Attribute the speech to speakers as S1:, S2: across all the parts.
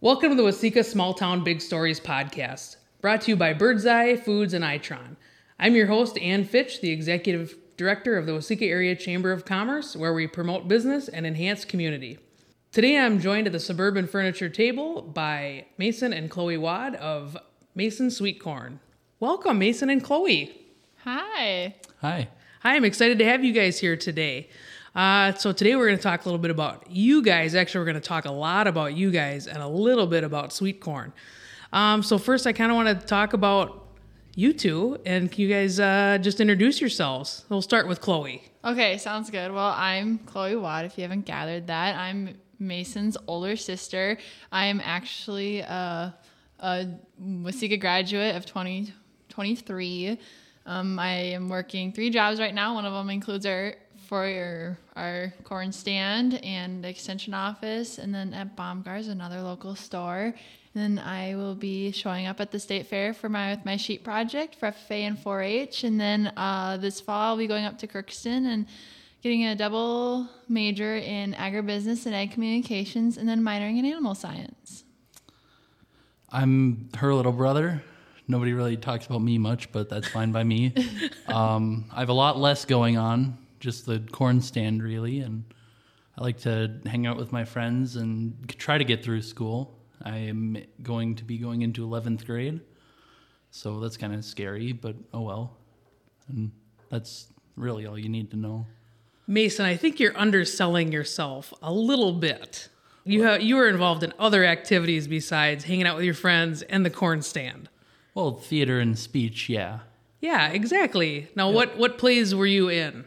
S1: Welcome to the Wasika Small Town Big Stories podcast, brought to you by Birdseye Foods and Itron. I'm your host, Ann Fitch, the executive director of the Wasika Area Chamber of Commerce, where we promote business and enhance community. Today, I'm joined at the Suburban Furniture Table by Mason and Chloe Wad of Mason Sweet Corn. Welcome, Mason and Chloe.
S2: Hi.
S3: Hi.
S1: Hi, I'm excited to have you guys here today. Uh, so today we're going to talk a little bit about you guys. Actually, we're going to talk a lot about you guys and a little bit about sweet corn. Um, so first, I kind of want to talk about you two, and can you guys uh, just introduce yourselves? We'll start with Chloe.
S2: Okay, sounds good. Well, I'm Chloe Watt, if you haven't gathered that. I'm Mason's older sister. I'm actually a, a Wasika graduate of 2023. Um, I am working three jobs right now. One of them includes our for your, our corn stand and extension office, and then at Baumgar's, another local store. And then I will be showing up at the state fair for my with my sheep project for FFA and 4-H. And then uh, this fall, I'll be going up to Crookston and getting a double major in agribusiness and ag communications, and then minoring in animal science.
S3: I'm her little brother. Nobody really talks about me much, but that's fine by me. um, I have a lot less going on, just the corn stand, really. And I like to hang out with my friends and c- try to get through school. I am going to be going into 11th grade. So that's kind of scary, but oh well. And that's really all you need to know.
S1: Mason, I think you're underselling yourself a little bit. You have you were involved in other activities besides hanging out with your friends and the corn stand.
S3: Well, theater and speech, yeah.
S1: Yeah, exactly. Now, what what plays were you in?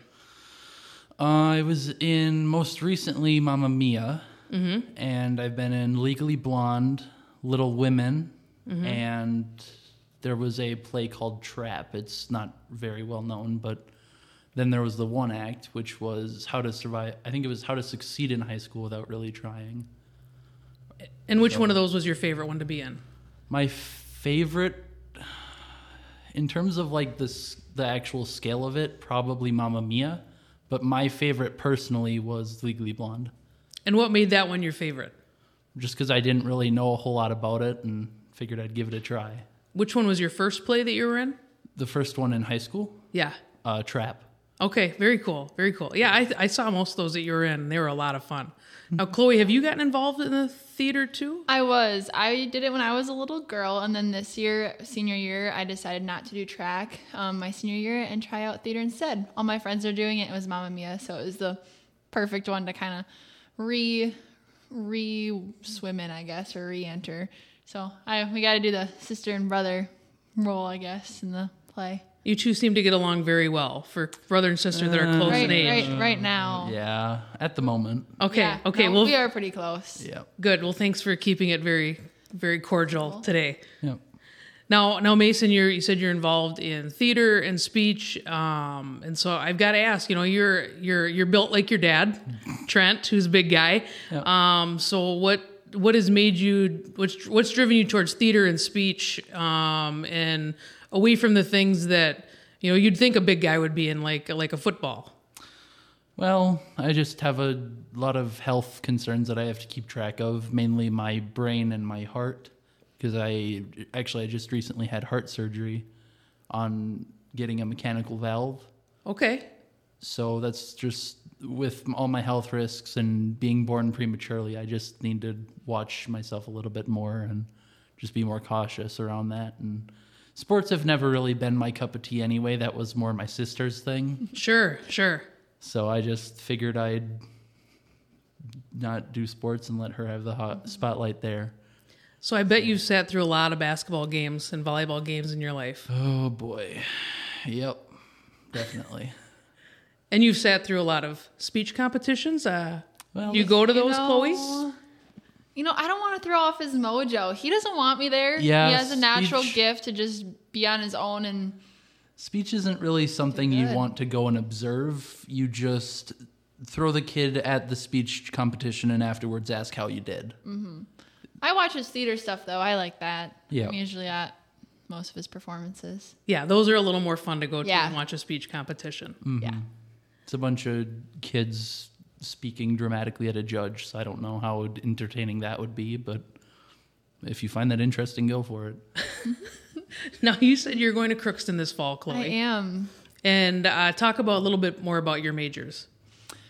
S3: Uh, I was in most recently Mamma Mia, and I've been in Legally Blonde, Little Women, and there was a play called Trap. It's not very well known, but then there was the one act, which was how to survive. I think it was how to succeed in high school without really trying.
S1: And which one of those was your favorite one to be in?
S3: My favorite, in terms of like this, the actual scale of it, probably Mamma Mia. But my favorite personally was Legally Blonde,
S1: And what made that one your favorite?
S3: just because I didn't really know a whole lot about it and figured I'd give it a try.
S1: Which one was your first play that you were in?
S3: The first one in high school,
S1: Yeah.
S3: uh, Trap.
S1: Okay. Very cool. Very cool. Yeah, I, I saw most of those that you were in. They were a lot of fun. Now, Chloe, have you gotten involved in the theater too?
S2: I was. I did it when I was a little girl, and then this year, senior year, I decided not to do track um, my senior year and try out theater instead. All my friends are doing it. It was Mamma Mia, so it was the perfect one to kind of re re swim in, I guess, or re enter. So I we got to do the sister and brother role, I guess, in the play.
S1: You two seem to get along very well for brother and sister that are close
S2: Right,
S1: in age.
S2: right, right now.
S3: Yeah, at the moment.
S1: Okay.
S2: Yeah,
S1: okay.
S2: no,
S1: well,
S2: we are pretty close.
S3: Yeah.
S1: good. Well, thanks for keeping it very, very cordial today.
S3: Yeah.
S1: Now, now, Mason, you're, you said you're involved in theater and speech, um, and so I've got to ask. You know, you're you're you're built like your dad, Trent, who's a big guy. Um, so what what has made you what's what's driven you towards theater and speech, um, and away from the things that you know you'd think a big guy would be in, like like a football.
S3: Well, I just have a lot of health concerns that I have to keep track of, mainly my brain and my heart, because I actually I just recently had heart surgery on getting a mechanical valve.
S1: Okay,
S3: So that's just with all my health risks and being born prematurely, I just need to watch myself a little bit more and just be more cautious around that. And sports have never really been my cup of tea anyway. That was more my sister's thing.
S1: sure, sure.
S3: So I just figured I'd not do sports and let her have the hot spotlight there.
S1: So I bet you've sat through a lot of basketball games and volleyball games in your life,
S3: Oh boy. Yep. Definitely.
S1: and you've sat through a lot of speech competitions. Uh,
S3: Well,
S1: you go to
S2: You
S1: those, Chloe?
S2: know- You know, I don't want to throw off his mojo. He doesn't want me there.
S3: Yeah,
S2: he has a natural
S3: speech-
S2: gift to just be on his own and
S3: speech isn't really something you
S2: good.
S3: want to go and observe. You just throw the kid at the speech competition and afterwards ask how you did.
S2: I watch his theater stuff though. I like that.
S3: Yeah.
S2: I'm usually at most of his performances.
S1: Yeah, those are a little more fun to go to
S2: Yeah.
S1: and watch a speech competition.
S2: Yeah.
S3: It's a bunch of kids speaking dramatically at a judge, so I don't know how entertaining that would be, but if you find that interesting, go for it.
S1: Now you said you're going to Crookston this fall, Chloe,
S2: I am.
S1: and uh, talk about a little bit more about your majors.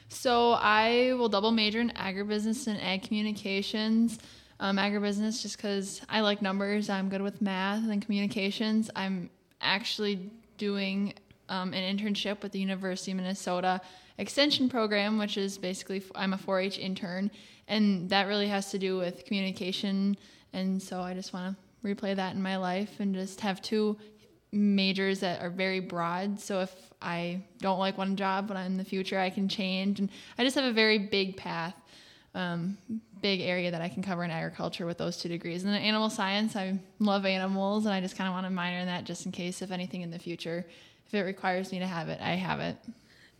S2: So I will double major in agribusiness and ag communications. Um, agribusiness just because I like numbers, I'm good with math and communications. I'm actually doing um, an internship with the University of Minnesota Extension Program, which is basically f- I'm a 4-H intern, and that really has to do with communication. And so I just want to replay that in my life and just have two majors that are very broad. So if I don't like one job when I'm in the future, I can change. And I just have a very big path, um, big area that I can cover in agriculture with those two degrees. And then animal science, I love animals and I just kind of want to minor in that just in case, if anything in the future, if it requires me to have it, I have it.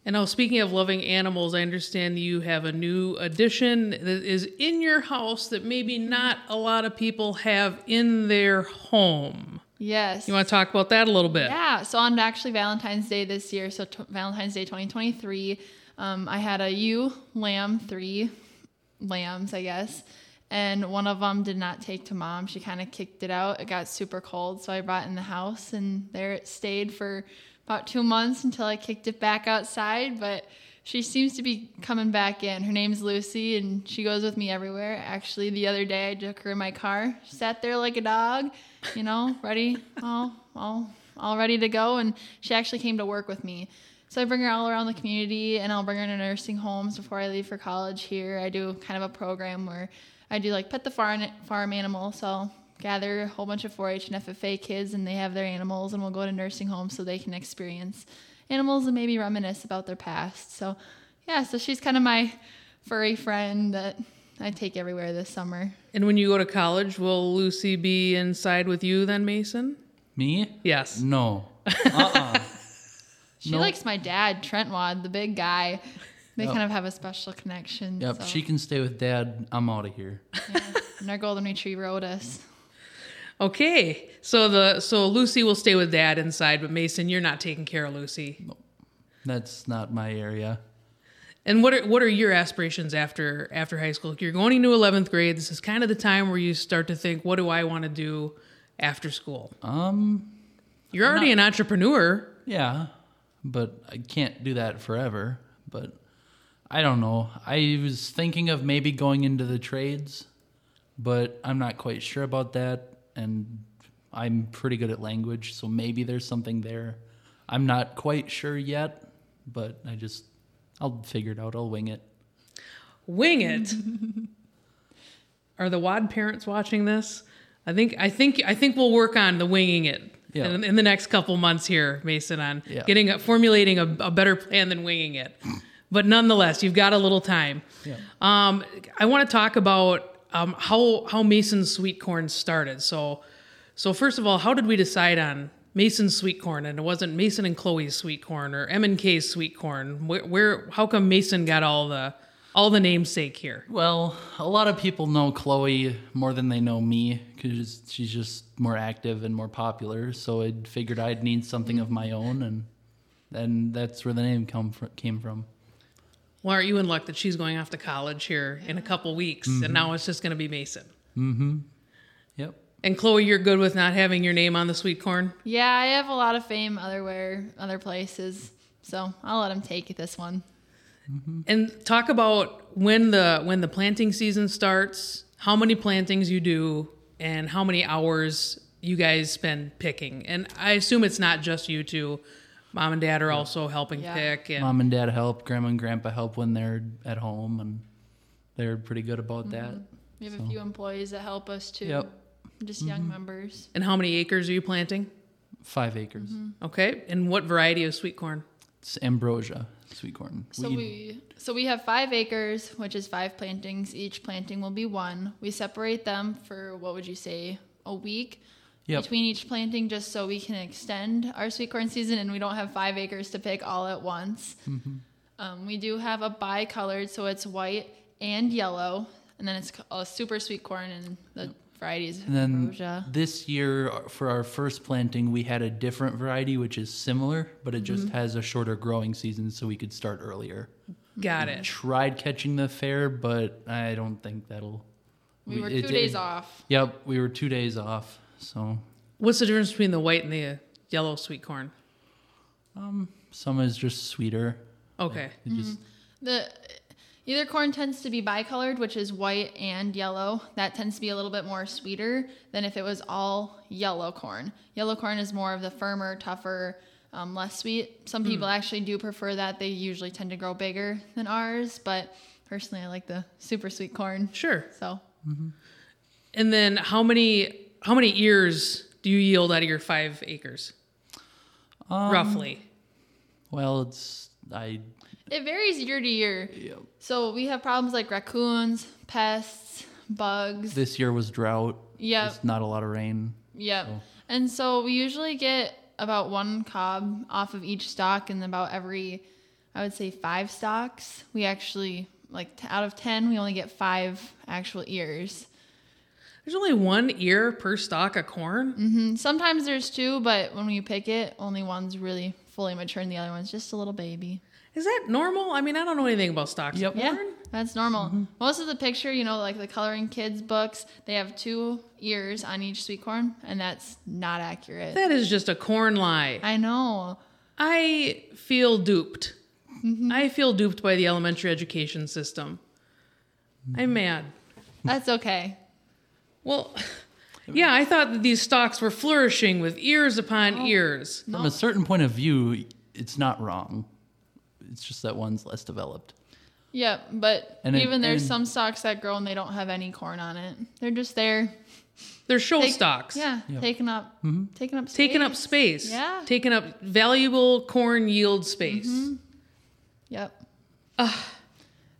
S1: And now, speaking of loving animals, I understand you have a new addition that is in your house that maybe not a lot of people have in their home.
S2: Yes.
S1: You want to talk about that a little bit?
S2: Yeah. So on actually Valentine's Day this year, so t- Valentine's Day 2023, um, I had a ewe lamb, three lambs, I guess. And one of them did not take to mom. She kind of kicked it out. It got super cold, so I brought it in the house, and there it stayed for about two months until I kicked it back outside. But she seems to be coming back in. Her name's Lucy, and she goes with me everywhere. Actually, the other day I took her in my car, sat there like a dog, you know, ready, all, all, all ready to go. And she actually came to work with me. So I bring her all around the community, and I'll bring her to nursing homes before I leave for college. Here, I do kind of a program where I do like pet the farm farm animal. So I'll gather a whole bunch of 4-H and FFA kids, and they have their animals, and we'll go to nursing homes so they can experience animals and maybe reminisce about their past. So, yeah, so she's kind of my furry friend that I take everywhere this summer.
S1: And when you go to college, will Lucy be inside with you then, Mason?
S3: Me?
S1: Yes.
S3: No.
S2: She
S3: Nope.
S2: likes my dad, Trent Wad, the big guy. They
S3: Yep.
S2: kind of have a special connection.
S3: Yep.
S2: so-
S3: She can stay with dad. I'm out of here.
S2: and our golden retriever Otis.
S1: Okay. So the so Lucy will stay with Dad inside, but Mason, you're not taking care of Lucy.
S3: That's not my area.
S1: And what are what are your aspirations after after high school? You're going into 11th grade. This is kind of the time where you start to think, what do I want to do after school?
S3: Um.
S1: You're already an entrepreneur.
S3: Yeah. But I can't do that forever. But I don't know. I was thinking of maybe going into the trades, but I'm not quite sure about that. And I'm pretty good at language, so maybe there's something there. I'm not quite sure yet, but I just I'll figure it out. I'll wing it.
S1: Wing it. are the Wad parents watching this? I think I think I think we'll work on the winging it
S3: Yeah.
S1: in, in the next couple months here, Mason, on
S3: Yeah.
S1: getting a, formulating a, a better plan than winging it. But nonetheless, you've got a little time.
S3: Yeah.
S1: Um, I want to talk about um, how how Mason's sweet corn started. So, so first of all, how did we decide on Mason's sweet corn, and it wasn't Mason and Chloe's sweet corn or M and K's sweet corn? Where, where how come Mason got all the all the namesake here?
S3: Well, a lot of people know Chloe more than they know me because she's just more active and more popular. So I figured I'd need something of my own, and then that's where the name come fr- came from.
S1: Well, aren't you in luck that she's going off to college here in a couple weeks, and now it's just going to be Mason
S3: Yep.
S1: and Chloe. You're good with not having your name on the sweet corn.
S2: Yeah, I have a lot of fame other where, other places. So I'll let him take this one.
S1: And talk about when the when the planting season starts, how many plantings you do, and how many hours you guys spend picking. And I assume it's not just you two. Mom and dad are also helping
S2: Yeah.
S1: pick. And
S3: Mom and Dad help. Grandma and Grandpa help when they're at home, and they're pretty good about that.
S2: We have a few employees that help us too.
S3: Yep. Mm-hmm.
S2: Just young members.
S1: and how many acres are you planting?
S3: Five acres.
S2: Mm-hmm.
S1: Okay. And what variety of sweet corn?
S3: It's ambrosia sweet corn.
S2: So we so we have five acres, which is five plantings. Each planting will be one. We separate them for what would you say a week
S3: Yep.
S2: between each planting, just so we can extend our sweet corn season, and we don't have five acres to pick all at once.
S3: Mm-hmm.
S2: Um, we do have a bi-colored, so it's white and yellow, and then it's c- a super sweet corn and the varieties.
S3: And then
S2: ambrosia.
S3: this year uh, for our first planting, we had a different variety which is similar, but it just
S2: Mm-hmm.
S3: has a shorter growing season, so we could start earlier.
S1: Got it.
S2: Mm-hmm.
S3: Tried catching the fair, but I don't think that'll
S2: We were two
S3: it-
S2: days
S3: it-
S2: off.
S3: Yep, we were two days off. So
S1: What's the difference between the white and the uh, yellow sweet corn?
S3: some is just sweeter.
S1: Okay.
S3: It just
S2: Mm-hmm. The either corn tends to be bicolored, which is white and yellow. That tends to be a little bit more sweeter than if it was all yellow corn. Yellow corn is more of the firmer, tougher, um, less sweet. Some people actually do prefer that. They usually tend to grow bigger than ours, but personally, I like the super sweet corn.
S1: Sure.
S2: So
S1: And then how many how many ears do you yield out of your five acres?
S2: Um,
S1: Roughly.
S3: well, it's I
S2: it varies year to year. So we have problems like raccoons, pests, bugs.
S3: this year was drought.
S2: Yep.
S3: Just not a lot of rain.
S2: Yep. And so we usually get about one cob off of each stock, and about every, I would say, five stocks, we actually, like t- out of 10, we only get five actual ears.
S1: There's only one ear per stalk of corn.
S2: And sometimes there's two, but when you pick it, only one's really fully mature and the other one's just a little baby.
S1: Is that normal? I mean, I don't know anything about stalks
S3: Yep.
S1: of
S2: Yeah,
S1: corn.
S2: that's normal. Most of the picture, you know, like the coloring kids books, they have two ears on each sweet corn, and that's not accurate.
S1: That is just a corn lie.
S2: I know.
S1: I feel duped.
S2: Mm-hmm.
S1: I feel duped by the elementary education system.
S2: Mm-hmm.
S1: I'm mad.
S2: That's okay.
S1: Well, yeah, I thought that these stalks were flourishing with ears upon
S2: Oh.
S1: ears.
S3: From a certain point of view, it's not wrong. It's just that one's less developed.
S2: Yeah, but
S3: And it-
S2: even there's
S3: and-
S2: some stocks that grow and they don't have any corn on it. They're just there.
S1: They're show
S2: Take-
S1: stalks.
S2: Yeah, taking up,
S3: Mm-hmm.
S2: taking up, space.
S1: Taking up space.
S2: Yeah. Mm-hmm.
S1: Taking up valuable corn yield space.
S2: Yep.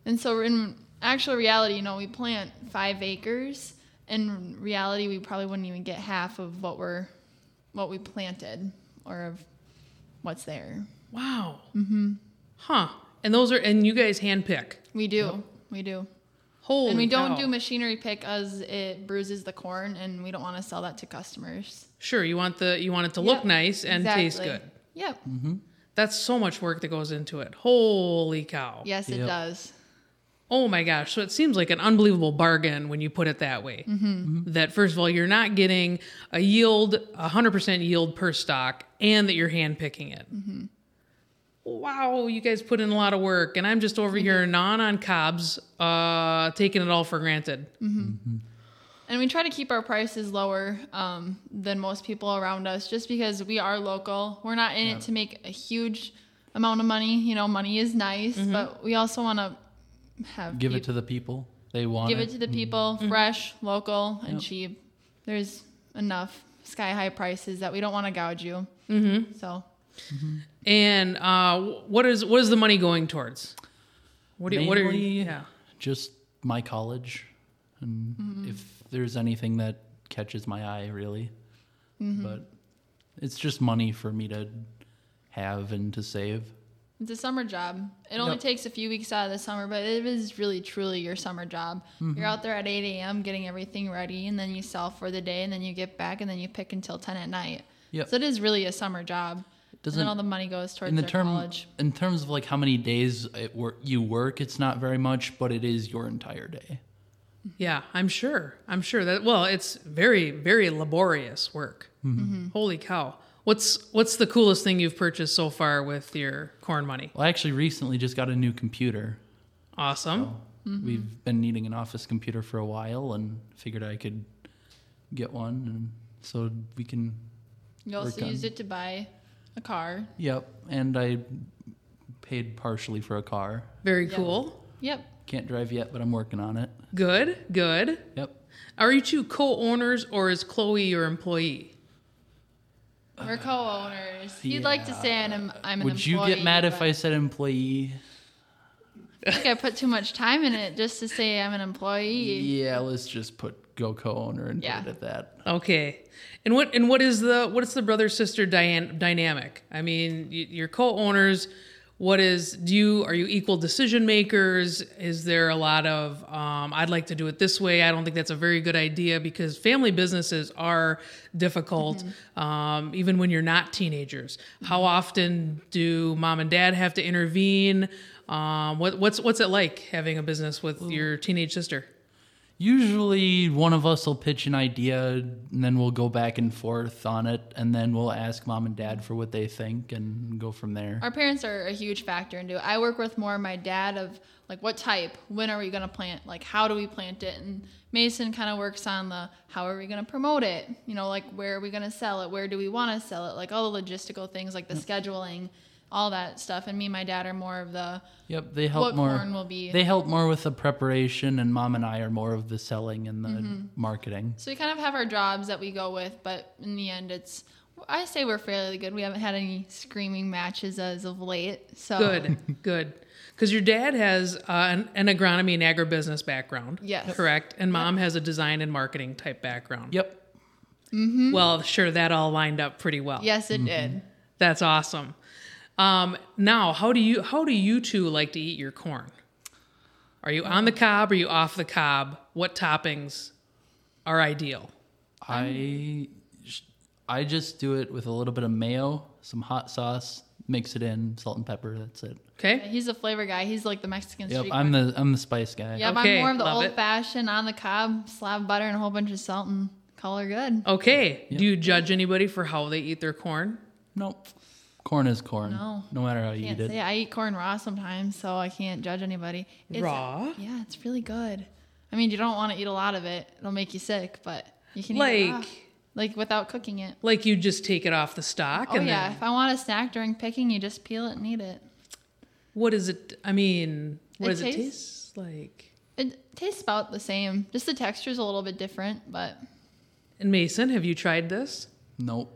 S2: And so in actual reality, you know, we plant five acres. In reality, we probably wouldn't even get half of what we're, what we planted, or of what's there.
S1: Wow. Mm-hmm. Huh. And those are, and you guys handpick.
S2: We do, we do,
S1: Holy
S2: and we don't
S1: cow.
S2: do machinery pick as it bruises the corn, and we don't want to sell that to customers.
S1: Sure, you want the you want it to look
S2: Yep,
S1: nice and taste
S2: Exactly.
S1: good.
S2: Yep.
S1: That's so much work that goes into it. Holy cow.
S2: Yes, it
S3: Yep.
S2: does.
S1: Oh my gosh. So it seems like an unbelievable bargain when you put it that way.
S2: Mm-hmm.
S1: That first of all, you're not getting a yield, 100% yield per stock, and that you're hand picking it.
S2: Mm-hmm.
S1: Wow, you guys put in a lot of work, and I'm just over here non on cobs, uh, taking it all for granted.
S2: Mm. And we try to keep our prices lower um, than most people around us just because we are local. We're not in it to make a huge amount of money. You know, money is nice, but we also want to have
S3: Mm-hmm. Give
S2: peop-
S3: it to Mm-hmm. the people. They want
S2: give
S3: it.
S2: it to the people fresh, local, and cheap. There's enough sky high prices that we don't want to gouge you. Mm-hmm. So
S1: And uh, what is what is the money going towards? What do you, what are
S3: Mainly-
S1: you? Yeah.
S3: just my college and
S2: Mm-hmm.
S3: if there's anything that catches my eye really
S2: Mm-hmm.
S3: but it's just money for me to have and to save
S2: It's a summer job. It only
S3: Yep.
S2: takes a few weeks out of the summer, but it is really truly your summer job.
S3: Mm-hmm.
S2: You're out there at 8 a.m. getting everything ready, and then you sell for the day, and then you get back, and then you pick until 10 at night.
S3: Yep.
S2: So it is really a summer job. and
S3: Doesn't-
S2: then all the money goes towards
S3: in the
S2: their
S3: term
S2: college.
S3: in terms of like how many days it work you work it's not very much but it is your entire day
S1: Yeah, I'm sure. I'm sure that well, it's very very laborious work. Holy cow. What's what's the coolest thing you've purchased so far with your corn money?
S3: well i actually recently just got a new computer
S1: Awesome.
S2: Mm-hmm.
S3: we've been needing an office computer for a while and figured i could get one and so we can
S2: You also
S3: work
S2: used
S3: on-
S2: it to buy a car.
S3: Yep, and I paid partially for a car.
S1: Very cool.
S2: Yep.
S3: Can't drive yet, but I'm working on it.
S1: Good. Good.
S3: Yep.
S1: Are you two co-owners or is Chloe your employee?
S2: We're co owners. You'd like to say I'm, I'm an
S3: Uh, Would you
S2: employee,
S3: get mad if
S2: but
S3: I said employee?
S2: I think I put too much time in it just to say I'm an employee.
S3: Yeah, let's just put go co-owner and
S2: Yeah.
S3: put it at that.
S1: Okay. And what and what is the what's the brother sister Diane dynamic? I mean, y- you're co-owners. What is do you are you equal decision makers? Is there a lot of um, I'd like to do it this way? I don't think that's a very good idea because family businesses are difficult, um, even when you're not teenagers. How often do mom and dad have to intervene? Um, what, what's what's it like having a business with your teenage sister?
S3: usually one of us will pitch an idea and then we'll go back and forth on it and then we'll ask mom and dad for what they think and go from there.
S2: Our parents are a huge factor into it. I work with more my dad of like what type, when are we going to plant, like how do we plant it, and Mason kind of works on the how are we going to promote it, you know, like where are we going to sell it, where do we want to sell it, like all the logistical things, like the scheduling, all that stuff. And me and my dad are more of the
S3: Yep, they help
S2: What
S3: more.
S2: corn will be-
S3: They help more with the preparation, and mom and I are more of the selling and the
S2: Mm-hmm.
S3: marketing.
S2: So we kind of have our jobs that we go with, but in the end, it's I say we're fairly good. We haven't had any screaming matches as of late. So
S1: Good, good. Because your dad has uh, an, an agronomy and agribusiness background.
S2: Yes.
S1: Correct. And mom has a design and marketing type background.
S3: Yep.
S1: Well, sure, that all lined up pretty well.
S2: Yes, it did.
S1: That's awesome. Um, now, how do you how do you two like to eat your corn? Are you on the cob? Are you off the cob? What toppings are ideal?
S3: I sh- I just do it with a little bit of mayo, some hot sauce, mix it in, salt and pepper. That's it.
S1: Okay.
S2: He's a flavor guy. He's like the Mexican
S3: Yep.
S2: street.
S3: I'm the I'm the spice guy.
S2: yep,
S1: Okay,
S2: I'm more of the
S1: love
S2: old
S1: it.
S2: fashioned on the cob, slab butter and a whole bunch of salt and call her good.
S1: Oh, Okay. Do you judge anybody for how they eat their corn?
S3: Nope. Corn is corn.
S2: No.
S3: matter how you
S2: Can't
S3: eat it.
S2: say I eat corn raw sometimes, so I can't judge anybody. It's,
S1: Raw?
S2: Yeah, it's really good. I mean, you don't want to eat a lot of it; it'll make you sick. But you can eat it raw.
S1: Like-
S2: like without cooking it.
S1: Like you just take it off the stock
S2: Oh
S1: and
S2: yeah,
S1: then
S2: if I want a snack during picking, you just peel it and eat it.
S1: what is it I mean, what
S2: It
S1: does it
S2: tastes-
S1: taste like?
S2: It tastes about the same. Just the texture's a little bit different, but
S1: And Mason, have you tried this?
S3: Nope.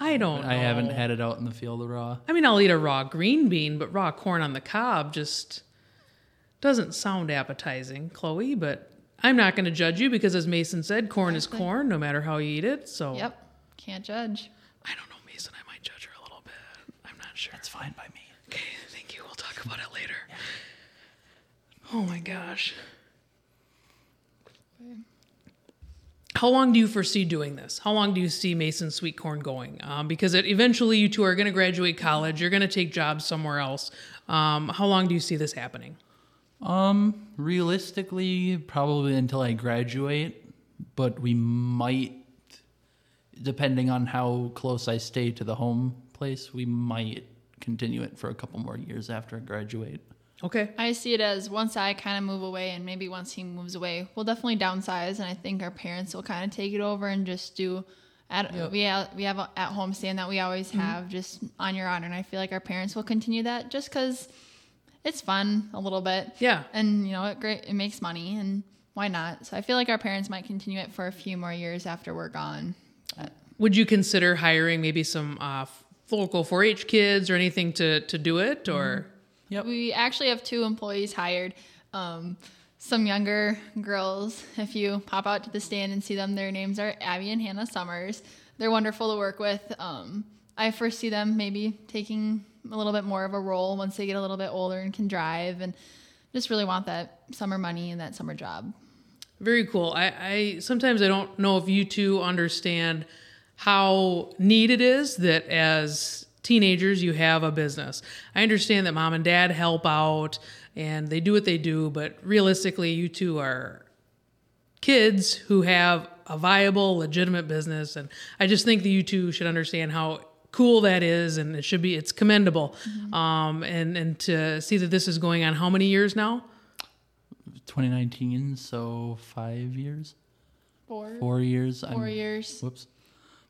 S1: I don't
S3: I haven't
S1: know.
S3: had it out in the field raw.
S1: I mean, I'll eat a raw green bean, but raw corn on the cob just doesn't sound appetizing, Chloe. But I'm not going to judge you because, as Mason said, corn is
S2: Exactly.
S1: corn no matter how you eat it. So
S2: yep, can't judge.
S1: I don't know, Mason. I might judge her a little bit. I'm not sure.
S3: It's fine by me.
S1: Okay, thank you. We'll talk about it later. Oh my gosh. How long do you foresee doing this? How long do you see Mason Sweet Corn going? Um, because it, eventually you two are going to graduate college, you're going to take jobs somewhere else. Um, how long do you see this happening?
S3: Um, realistically, probably until I graduate, but we might, depending on how close I stay to the home place, we might continue it for a couple more years after I graduate.
S1: Okay.
S2: I see it as once I kind of move away, and maybe once he moves away, we'll definitely downsize, and I think our parents will kind of take it over and just do. At, We have, we have a at home stand that we always have, just on your honor, and I feel like our parents will continue that just because it's fun a little bit.
S1: Yeah.
S2: and you know it great it makes money and why not so i feel like our parents might continue it for a few more years after we're gone But
S1: Would you consider hiring maybe some uh, f- local 4 H kids or anything to, to do it?
S3: Mm-hmm.
S1: Or
S3: Yep.
S2: we actually have two employees hired um, some younger girls if you pop out to the stand and see them their names are abby and hannah summers they're wonderful to work with um, i foresee them maybe taking a little bit more of a role once they get a little bit older and can drive and just really want that summer money and that summer job
S1: Very cool. I, I sometimes I don't know if you two understand how neat it is that as teenagers you have a business. I understand that mom and dad help out and they do what they do, but realistically, you two are kids who have a viable, legitimate business, and I just think that you two should understand how cool that is, and it should be it's commendable. Um, and and to see that this is going on how many years now?
S3: 2019, so five years,
S2: four
S3: four years. I'm,
S2: four years
S3: Whoops.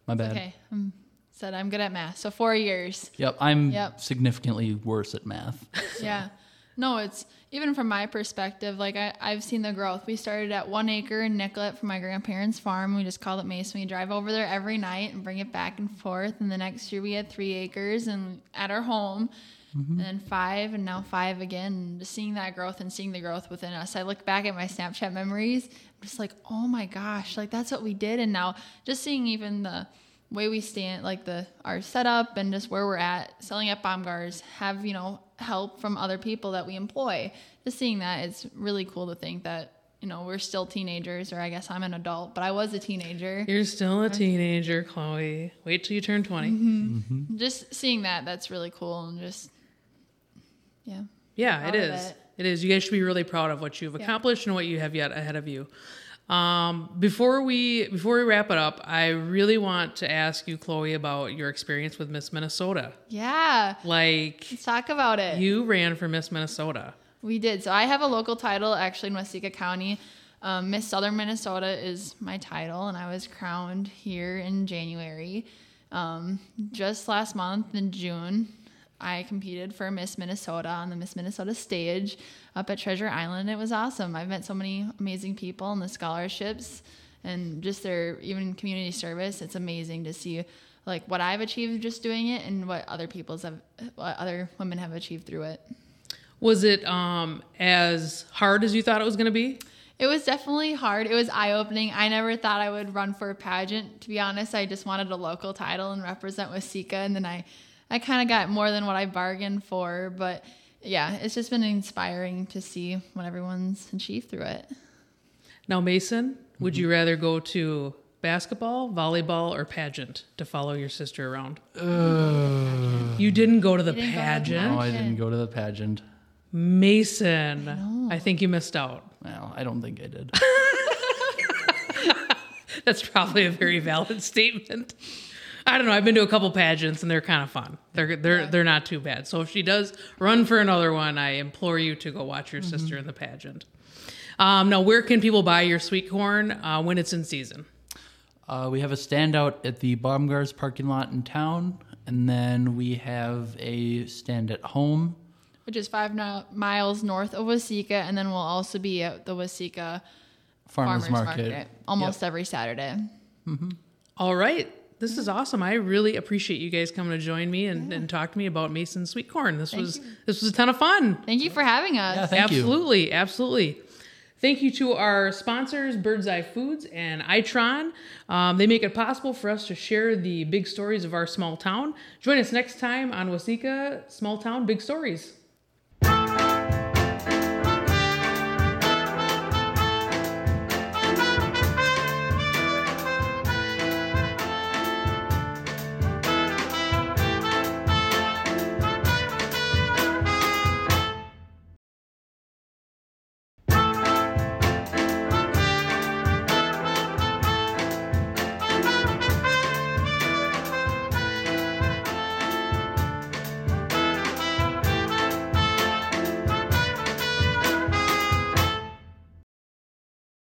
S3: My bad.
S2: Okay. Um, said I'm good at math. So four years.
S3: Yep. I'm
S2: Yep.
S3: significantly worse at math.
S2: Yeah. No, it's even from my perspective, like I, I've seen the growth. We started at one acre in Nicollet from my grandparents' farm. We just called it Mason. We drive over there every night and bring it back and forth. And the next year we had three acres and at our home. And then five and now five again. And Just seeing that growth and seeing the growth within us. I look back at my Snapchat memories. I'm just like, oh my gosh, like that's what we did. And now just seeing even the way we stand, like the our setup and just where we're at, selling at Baumgars, have you know help from other people that we employ. Just seeing that, it's really cool to think that you know we're still teenagers, or I guess I'm an adult, but I was a teenager.
S1: You're still a teenager, Chloe. Wait till you turn 20.
S2: Mm-hmm. Just seeing that, that's really cool, and just yeah,
S1: Yeah, it
S2: Proud of
S1: is.
S2: it.
S1: It is. You guys should be really proud of what you've accomplished and what you have yet ahead of you. Um, before we before we wrap it up, I really want to ask you, Chloe, about your experience with Miss Minnesota.
S2: Yeah.
S1: Like
S2: Let's talk about it.
S1: you ran for Miss Minnesota.
S2: We did. So I have a local title actually in Waseca County. Um, Miss Southern Minnesota is my title, and I was crowned here in January. Um, just last month in June, I competed for Miss Minnesota on the Miss Minnesota stage up at Treasure Island. It was awesome. I've met so many amazing people and the scholarships and just their even community service. It's amazing to see like what I've achieved just doing it and what other people's have, what other women have achieved through it.
S1: Was it um, as hard as you thought it was going to be?
S2: It was definitely hard. It was eye opening. I never thought I would run for a pageant. To be honest, I just wanted a local title and represent Wasika, and then I, I kind of got more than what I bargained for. But yeah, it's just been inspiring to see what everyone's achieved through it.
S1: Now, Mason, would you rather go to basketball, volleyball, or pageant to follow your sister around? you didn't go to the
S2: didn't go to the
S1: pageant,
S3: No, I didn't go to the pageant.
S1: Mason. I think you missed out.
S3: Well, I don't think I did.
S1: That's probably a very valid statement. I don't know. I've been to a couple pageants and they're kind of fun. They're they're they're not too bad. So if she does run for another one, I implore you to go watch your sister in the pageant. Um, now, where can people buy your sweet corn uh, when it's in season?
S3: Uh, we have a standout at the Baumgars parking lot in town, and then we have a stand at home.
S2: Which is five no- miles north of Wasika, and then we'll also be at the Wasika
S3: Farmers,
S2: Farmers
S3: market.
S2: Market almost every Saturday.
S1: All right. This is awesome. I really appreciate you guys coming to join me and, and talk to me about Mason's sweet corn. This was this was a ton of fun.
S2: Thank you for having us.
S3: Yeah, thank you.
S1: absolutely, absolutely. Thank you to our sponsors, Bird's Eye Foods and Itron. Um, they make it possible for us to share the big stories of our small town. Join us next time on Wasika Small Town Big Stories.